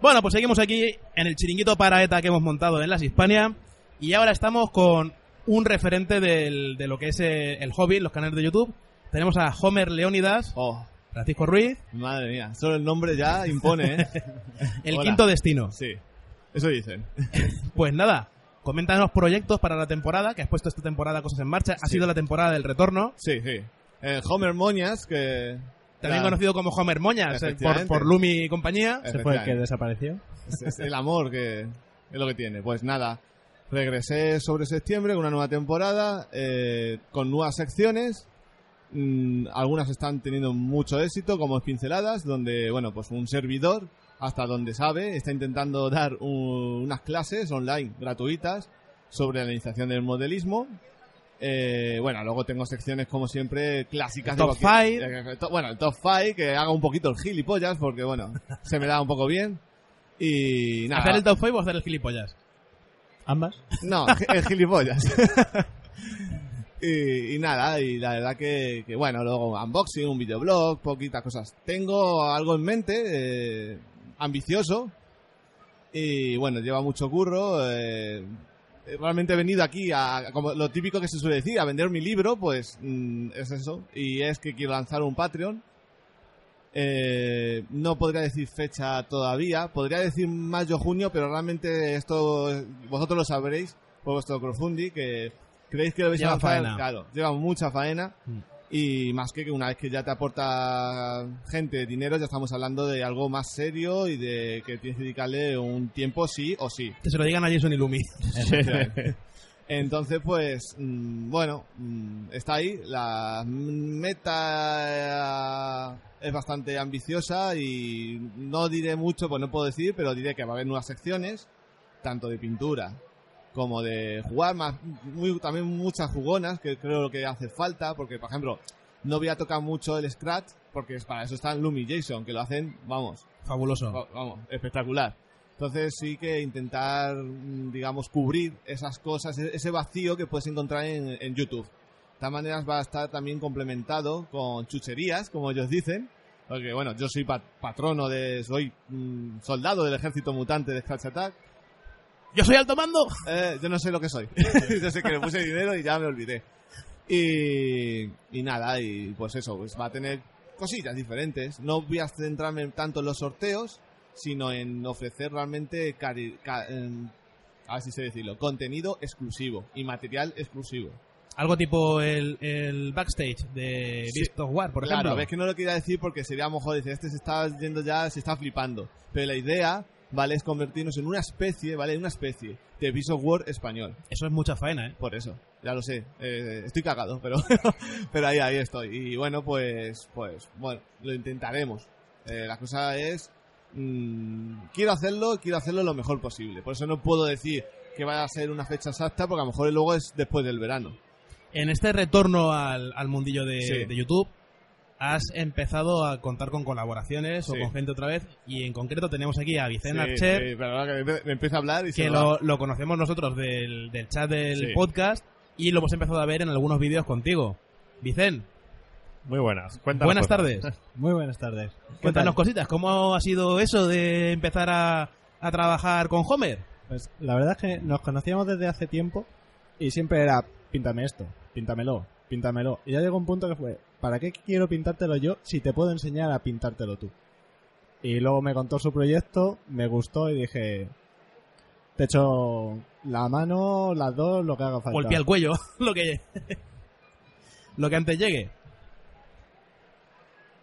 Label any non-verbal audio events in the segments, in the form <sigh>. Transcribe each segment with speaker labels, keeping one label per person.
Speaker 1: Bueno, pues seguimos aquí en el chiringuito para ETA que hemos montado en las Hispania. Y ahora estamos con un referente del- de lo que es eh, el hobby, los canales de YouTube. Tenemos a Homer Leónidas,
Speaker 2: Oh,
Speaker 1: Francisco Ruiz,
Speaker 2: madre mía. Solo el nombre ya impone, ¿eh?
Speaker 1: el
Speaker 2: Hola.
Speaker 1: quinto destino.
Speaker 2: Sí. Eso dicen.
Speaker 1: Pues nada, coméntanos proyectos para la temporada, que has puesto esta temporada cosas en marcha. Ha
Speaker 2: Sí.
Speaker 1: sido la temporada del retorno,
Speaker 2: Sí, sí. Eh, Homer Moñas, que...
Speaker 1: también
Speaker 2: la-
Speaker 1: conocido como Homer Moñas, eh, por,
Speaker 2: Efectivamente.
Speaker 1: por Lumi y compañía.
Speaker 2: Eh.
Speaker 3: ¿Se fue el que desapareció?
Speaker 2: es, es el amor que es lo que tiene. Pues nada, regresé sobre septiembre con una nueva temporada, eh, con nuevas secciones. Mm, algunas están teniendo mucho éxito, como pinceladas, donde, bueno, pues un servidor, hasta donde sabe, está intentando <laughs> dar un- unas clases online gratuitas sobre la realización del modelismo. Eh, bueno, luego tengo secciones como siempre clásicas.
Speaker 1: Top
Speaker 2: de cualquier-
Speaker 1: five.
Speaker 2: eh, to- Bueno, el top 5, que haga un poquito el gilipollas, porque bueno, se me da un poco bien. Y nada.
Speaker 1: ¿Hacer el top five o hacer el gilipollas?
Speaker 3: ¿Ambas?
Speaker 1: <laughs>
Speaker 2: No, el gilipollas. <laughs> y, y nada, y la verdad que, que, bueno, luego unboxing, un videoblog, poquitas cosas. Tengo algo en mente, eh, ambicioso. Y bueno, lleva mucho curro. eh, realmente he venido aquí a, como lo típico que se suele decir, a vender mi libro, pues mm, es eso. Y es que quiero lanzar un Patreon. Eh, no podría decir fecha todavía, podría decir mayo junio, pero realmente esto vosotros lo sabréis por vuestro crowdfunding que creéis que lo vais
Speaker 1: Lleva
Speaker 2: a lanzar,
Speaker 1: faena.
Speaker 2: claro, lleva mucha faena
Speaker 1: Mm.
Speaker 2: y más que que una vez que ya te aporta gente dinero, ya estamos hablando de algo más serio y de que tienes que dedicarle un tiempo sí o sí.
Speaker 1: Que se lo digan a Jason y
Speaker 2: <laughs>
Speaker 1: Lumi.
Speaker 2: Entonces, pues, mm, bueno, mm, está ahí. La meta eh, es bastante ambiciosa y no diré mucho, pues no puedo decir, pero diré que va a haber nuevas secciones, tanto de pintura como de jugar, más, muy- también muchas jugonas, que creo que hace falta, porque, por ejemplo, no voy a tocar mucho el Scratch, porque es- para eso están Lumi y Jason, que lo hacen, vamos,
Speaker 1: Fabuloso.
Speaker 2: Va- vamos, espectacular. Entonces sí que intentar, mm, digamos, cubrir esas cosas, e- ese vacío que puedes encontrar en, en YouTube. De todas maneras va a estar también complementado con chucherías, como ellos dicen. Porque bueno, yo soy pa- patrono de, soy mm, soldado del ejército mutante de Scratch Attack.
Speaker 1: ¡Yo soy alto mando!
Speaker 2: Eh, yo no sé lo que soy. <laughs> yo sé que le puse dinero y ya me olvidé. Y, y nada, y pues eso, pues va a tener cosillas diferentes. No voy a centrarme tanto en los sorteos, sino en ofrecer realmente, cari- ca- em, a ver si sé decirlo, contenido exclusivo y material exclusivo.
Speaker 1: Algo tipo el, el backstage de
Speaker 2: Sí.
Speaker 1: Beast of War, por
Speaker 2: claro,
Speaker 1: ejemplo.
Speaker 2: es que no lo quería decir porque sería a lo mejor decir, este se está yendo ya, se está flipando. Pero la idea, ¿vale? Es convertirnos en una especie, ¿vale? En una especie de Beast of War español.
Speaker 1: Eso es mucha faena, ¿eh?
Speaker 2: Por eso, ya lo sé. Eh, estoy cagado, pero, <laughs> pero ahí, ahí estoy. Y bueno, pues, pues, bueno, lo intentaremos. Eh, la cosa es, mm, quiero hacerlo, quiero hacerlo lo mejor posible. Por eso no puedo decir que vaya a ser una fecha exacta, porque a lo mejor luego es después del verano.
Speaker 1: En este retorno al, al mundillo de,
Speaker 2: Sí.
Speaker 1: de YouTube, has empezado a contar con colaboraciones o
Speaker 2: Sí.
Speaker 1: con gente otra vez. Y en concreto tenemos aquí a Vicente
Speaker 2: Sí,
Speaker 1: Archer,
Speaker 2: sí, pero ahora Eh, que me, me empieza a hablar y se
Speaker 1: que
Speaker 2: me va.
Speaker 1: lo, lo conocemos nosotros del, del chat del
Speaker 2: Sí.
Speaker 1: podcast y lo hemos empezado a ver en algunos vídeos contigo. Vicente,
Speaker 4: Muy buenas. Cuéntanos
Speaker 1: buenas
Speaker 4: cosas. <laughs>
Speaker 1: tardes.
Speaker 3: Muy buenas tardes. ¿Qué
Speaker 1: Cuéntanos
Speaker 3: tal?
Speaker 1: cositas. ¿Cómo ha sido eso de empezar a, a trabajar con Homer?
Speaker 3: Pues la verdad es que nos conocíamos desde hace tiempo y siempre era, píntame esto, píntamelo, píntamelo. Y ya llegó un punto que fue, ¿para qué quiero pintártelo yo si te puedo enseñar a pintártelo tú? Y luego me contó su proyecto, me gustó y dije, te echo la mano, las dos, lo que
Speaker 2: <laughs>
Speaker 3: haga falta.
Speaker 1: Golpea el cuello, <laughs> lo que, lo que antes llegue.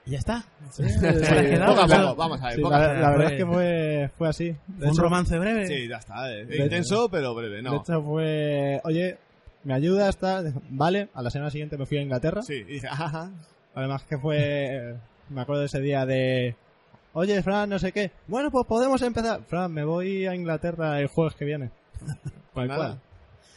Speaker 1: Y ya está.
Speaker 3: Sí, <laughs>
Speaker 1: Sí,
Speaker 3: sí,
Speaker 1: quedado?
Speaker 2: poco a
Speaker 1: Claro.
Speaker 2: poco, vamos a ver,
Speaker 3: sí,
Speaker 2: poco
Speaker 3: la,
Speaker 2: a
Speaker 3: la
Speaker 2: poco.
Speaker 1: Fue-
Speaker 3: verdad es que fue, fue así. De
Speaker 1: un
Speaker 3: hecho,
Speaker 1: romance breve.
Speaker 2: Sí, ya está. eh.
Speaker 3: De-
Speaker 2: Intenso, pero breve,
Speaker 3: De
Speaker 2: ¿no?
Speaker 3: hecho fue, oye, ¿me ayudas? Tal? Vale, a la semana siguiente me fui a Inglaterra.
Speaker 2: Sí, y dije, ajá.
Speaker 3: Además que fue, me acuerdo ese día de, oye, Fran, no sé qué. Bueno, pues podemos empezar. Fran, me voy a Inglaterra el jueves
Speaker 2: <laughs>
Speaker 3: que viene.
Speaker 2: Pues
Speaker 3: Tal
Speaker 2: nada.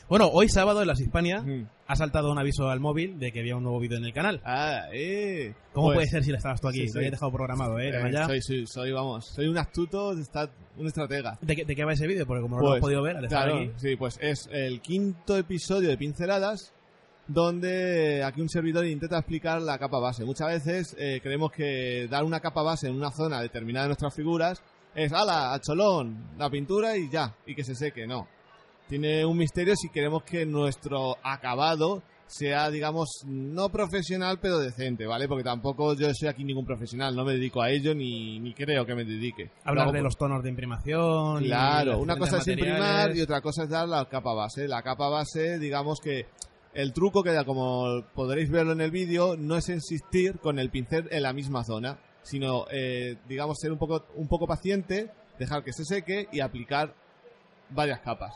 Speaker 1: Bueno, hoy sábado en las Hispania
Speaker 2: Mm.
Speaker 1: ha saltado un aviso al móvil de que había un nuevo vídeo en el canal.
Speaker 2: Ah, eh.
Speaker 1: ¿Cómo
Speaker 2: Pues-
Speaker 1: puede ser si la estabas tú aquí?
Speaker 2: sí,
Speaker 1: Lo
Speaker 2: sí.
Speaker 1: había dejado programado, ¿eh?
Speaker 2: Eh,
Speaker 1: Vaya.
Speaker 2: soy, soy, soy, vamos, soy un astuto, está- un estratega.
Speaker 1: ¿De, qué, de qué va ese vídeo? Porque como no lo
Speaker 2: Pues,
Speaker 1: has podido ver, al estar
Speaker 2: Claro,
Speaker 1: aquí.
Speaker 2: sí, pues es el quinto episodio de Pinceladas, donde aquí un servidor intenta explicar la capa base. Muchas veces eh, creemos que dar una capa base en una zona determinada de nuestras figuras es ala, al cholón, la pintura y ya, y que se seque, no. Tiene un misterio si queremos que nuestro acabado sea, digamos, no profesional, pero decente, ¿vale? Porque tampoco yo soy aquí ningún profesional, no me dedico a ello ni, ni creo que me dedique.
Speaker 1: Hablar
Speaker 2: Lo hago
Speaker 1: de los tonos de imprimación. y la
Speaker 2: Claro, una
Speaker 1: diferentes
Speaker 2: cosa es imprimar
Speaker 1: materiales.
Speaker 2: y otra cosa es dar la capa base. La capa base, digamos que el truco que da, como podréis verlo en el vídeo, no es insistir con el pincel en la misma zona, sino, eh, digamos, ser un poco, un poco paciente, dejar que se seque y aplicar varias capas,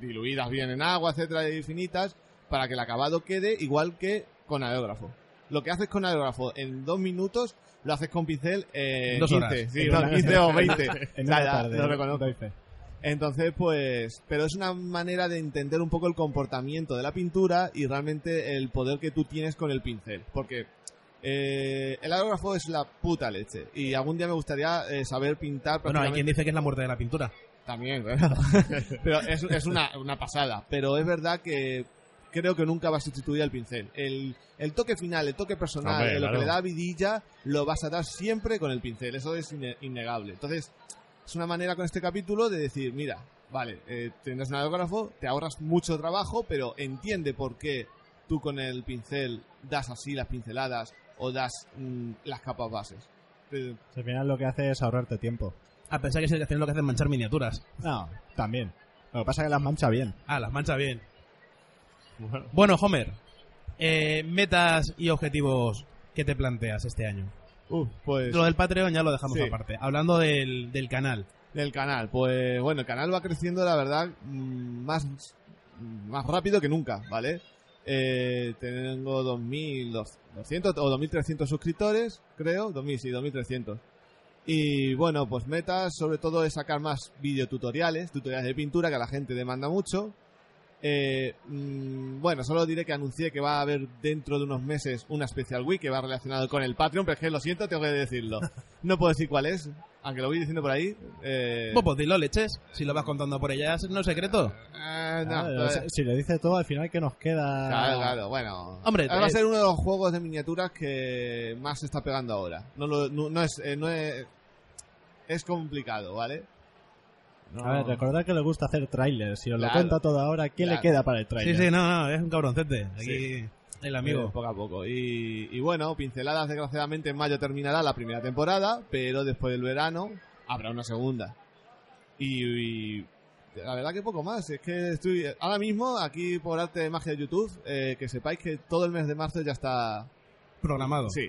Speaker 2: diluidas bien en agua, etcétera, y finitas, para que el acabado quede igual que con aerógrafo. Lo que haces con aerógrafo en dos minutos, lo haces con pincel en
Speaker 1: Dos
Speaker 2: 15,
Speaker 1: horas.
Speaker 2: sí, no, 15 o 20.
Speaker 3: <laughs> En
Speaker 2: Ya,
Speaker 3: una
Speaker 2: ya,
Speaker 3: tarde,
Speaker 2: lo reconozco.
Speaker 3: doy fe.
Speaker 2: Entonces, pues, pero es una manera de entender un poco el comportamiento de la pintura y realmente el poder que tú tienes con el pincel. Porque eh, el aerógrafo es la puta leche. Y algún día me gustaría eh, saber pintar.
Speaker 1: Bueno, hay
Speaker 2: prácticamente-
Speaker 1: quien dice que es la muerte de la pintura.
Speaker 2: también, ¿verdad? <laughs> pero es, es una, una pasada. Pero es verdad que creo que nunca va a sustituir al pincel. El, el toque final, el toque personal,
Speaker 4: Hombre,
Speaker 2: lo
Speaker 4: claro.
Speaker 2: que le da vidilla, lo vas a dar siempre con el pincel. Eso es inne- innegable. Entonces, es una manera con este capítulo de decir, mira, vale, eh, tendrás un aerógrafo, te ahorras mucho trabajo, pero entiende por qué tú con el pincel das así las pinceladas o das mm, las capas bases. Te-
Speaker 3: Pues Al final lo que hace es ahorrarte tiempo.
Speaker 1: A pensar que se hacen lo que hacen manchar miniaturas.
Speaker 3: No, también. Lo que pasa es que las mancha bien.
Speaker 1: Ah, las mancha bien.
Speaker 4: Bueno,
Speaker 1: Bueno, Homer, eh, metas y objetivos que te planteas este año.
Speaker 2: Uf, pues...
Speaker 1: Lo del Patreon ya lo dejamos
Speaker 2: Sí.
Speaker 1: aparte. Hablando del, del canal.
Speaker 2: Del canal, pues bueno, el canal va creciendo, la verdad, mm, más, más rápido que nunca, ¿vale? Eh, tengo 2.200 o 2.300 suscriptores, creo, 2.000, sí, 2.300. Y bueno, pues metas sobre todo es sacar más videotutoriales, tutoriales de pintura que a la gente demanda mucho. Eh, mm, bueno, solo diré que anuncié que va a haber dentro de unos meses una Special Week que va relacionado con el Patreon, pero es que lo siento, tengo que decirlo. No puedo decir cuál es, aunque lo voy diciendo por ahí. Eh,
Speaker 1: Vos, pues dilo, leches. Si lo vas contando por ellas, no es secreto.
Speaker 2: ah, no,
Speaker 3: Ah,
Speaker 2: todavía-
Speaker 3: si le dices todo, al final que nos queda...
Speaker 2: Claro, claro, bueno.
Speaker 1: Hombre,
Speaker 2: va
Speaker 1: eh,
Speaker 2: a ser uno de los juegos de miniaturas que más se está pegando ahora. No, lo- no, no es, eh, no es, es complicado, ¿vale?
Speaker 3: A ver, recordad que le gusta hacer trailers. Si os
Speaker 2: Claro.
Speaker 3: lo cuenta todo ahora, ¿qué le
Speaker 2: Claro.
Speaker 3: queda para el
Speaker 1: Sí,
Speaker 3: trailer?
Speaker 1: sí, no, no, es un cabroncete. Aquí el
Speaker 2: Eh,
Speaker 1: amigo.
Speaker 2: poco a poco. Y, y bueno, Pinceladas, desgraciadamente, en mayo terminará la primera temporada, pero después del verano habrá una segunda. Y, y la verdad que poco más. Es que estoy ahora mismo aquí por arte de magia de YouTube. eh, que sepáis que todo el mes de marzo ya está.
Speaker 3: Oh,
Speaker 1: Programado.
Speaker 2: Sí,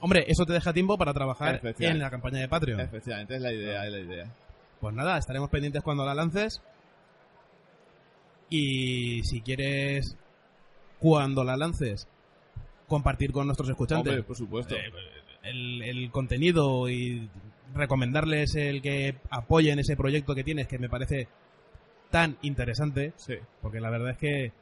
Speaker 1: Hombre, eso te deja tiempo para trabajar
Speaker 2: Especial.
Speaker 1: en la campaña de Patreon.
Speaker 2: efectivamente, es la idea, es la idea.
Speaker 1: Pues nada, estaremos pendientes cuando la lances. Y si quieres, cuando la lances, compartir con nuestros escuchantes
Speaker 2: Hombre, por supuesto.
Speaker 1: eh, el, el contenido y recomendarles el que apoyen ese proyecto que tienes, que me parece tan interesante,
Speaker 2: Sí.
Speaker 1: porque la verdad es que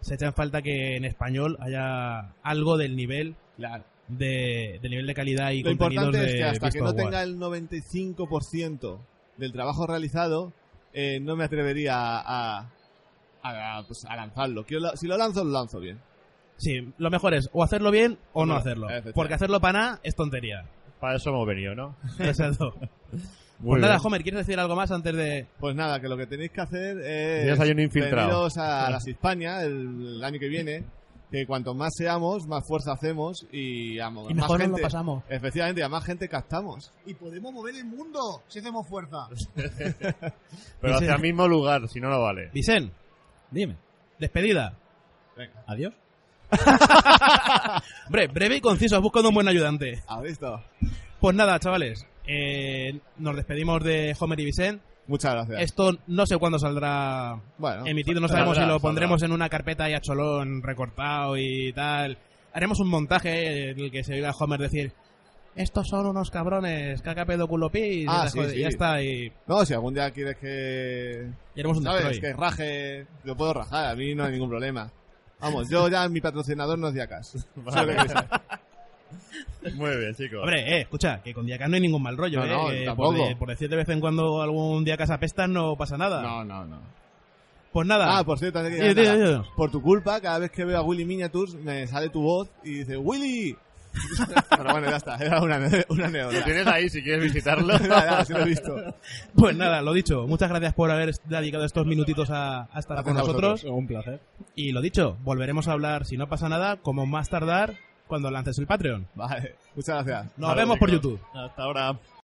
Speaker 1: se echa en falta que en español haya algo del nivel
Speaker 2: Claro.
Speaker 1: de, del nivel de calidad y
Speaker 2: Lo
Speaker 1: contenidos
Speaker 2: importante es
Speaker 1: de
Speaker 2: que hasta que
Speaker 1: Beast
Speaker 2: no
Speaker 1: of War.
Speaker 2: tenga el 95% del trabajo realizado, eh, no me atrevería a, a, a- pues, a lanzarlo. Quiero la- si lo lanzo, lo lanzo bien.
Speaker 1: Sí, lo mejor es o hacerlo bien o no
Speaker 2: Bueno,
Speaker 1: hacerlo.
Speaker 2: efectivamente.
Speaker 1: Porque hacerlo para nada es
Speaker 2: <laughs>
Speaker 1: tontería.
Speaker 4: para eso hemos venido, ¿no?
Speaker 1: Exacto.
Speaker 4: Muy
Speaker 1: pues nada,
Speaker 4: bien.
Speaker 1: Homer, ¿quieres decir algo más antes de...?
Speaker 2: Pues nada, que lo que tenéis que hacer
Speaker 4: Tienes
Speaker 2: es
Speaker 4: ahí un infiltrado.
Speaker 2: veniros a las Hispania el, el año que viene, que cuanto más seamos, más fuerza hacemos y a mo-
Speaker 1: Y
Speaker 2: más
Speaker 1: mejor nos
Speaker 2: gente,
Speaker 1: lo pasamos.
Speaker 2: efectivamente, a más gente captamos.
Speaker 5: Y podemos mover el mundo si hacemos fuerza.
Speaker 4: Pero
Speaker 1: Dice-
Speaker 4: hacia el mismo lugar, si no, no vale.
Speaker 1: Vicen,
Speaker 3: Dime.
Speaker 1: despedida.
Speaker 3: Adiós.
Speaker 1: <laughs> Hombre, breve y conciso, has buscado un buen ayudante.
Speaker 2: ¿Has visto?
Speaker 1: Pues nada, chavales, eh, nos despedimos de Homer y Vicen.
Speaker 2: Muchas gracias.
Speaker 1: Esto no sé cuándo saldrá
Speaker 2: bueno,
Speaker 1: emitido, no
Speaker 4: saldrá,
Speaker 1: sabemos si lo
Speaker 4: saldrá.
Speaker 1: pondremos en una carpeta y a cholón recortado y tal. Haremos un montaje en el que se oiga a Homer decir... Estos son unos cabrones, caca pedo culo pis",
Speaker 2: Ah,
Speaker 1: y esas
Speaker 2: sí,
Speaker 1: cosas, y
Speaker 2: sí.
Speaker 1: ya está, y,
Speaker 2: no, si algún día quieres que
Speaker 1: y haremos un
Speaker 2: ¿Sabes?
Speaker 1: destroy.
Speaker 2: Que raje, lo puedo rajar, a mí no hay ningún problema. Vamos, yo ya mi patrocinador no es Diacas.
Speaker 1: <laughs>
Speaker 4: Muy bien, chicos.
Speaker 1: Hombre, eh, escucha, que con Diacas no hay ningún mal rollo,
Speaker 2: No,
Speaker 1: eh.
Speaker 2: no,
Speaker 1: que
Speaker 2: tampoco.
Speaker 1: por, de- por decir de vez en cuando algún Diacas apestas no pasa nada.
Speaker 2: No, no, no.
Speaker 1: Pues nada.
Speaker 2: Ah, por cierto, antes de que
Speaker 1: Tío,
Speaker 2: digas
Speaker 1: tío,
Speaker 2: nada,
Speaker 1: tío. <laughs>
Speaker 2: por tu culpa, cada vez que veo a Willy Miniatures me sale tu voz y dice, Willy, Pero bueno, ya está, era una, ane- una
Speaker 4: Lo
Speaker 2: anécdota.
Speaker 4: tienes ahí si quieres visitarlo.
Speaker 2: <laughs> Nada, nada, sí lo he visto.
Speaker 1: Pues nada, lo dicho, muchas gracias por haber dedicado estos minutitos a, a estar
Speaker 2: Gracias
Speaker 1: con
Speaker 2: a
Speaker 1: nosotros.
Speaker 3: Un placer.
Speaker 1: Y lo dicho, volveremos a hablar, si no pasa nada, como más tardar cuando lances el Patreon.
Speaker 2: Vale, muchas gracias.
Speaker 1: Nos
Speaker 4: Vale,
Speaker 1: vemos por
Speaker 4: chicos.
Speaker 1: YouTube.
Speaker 4: Hasta ahora.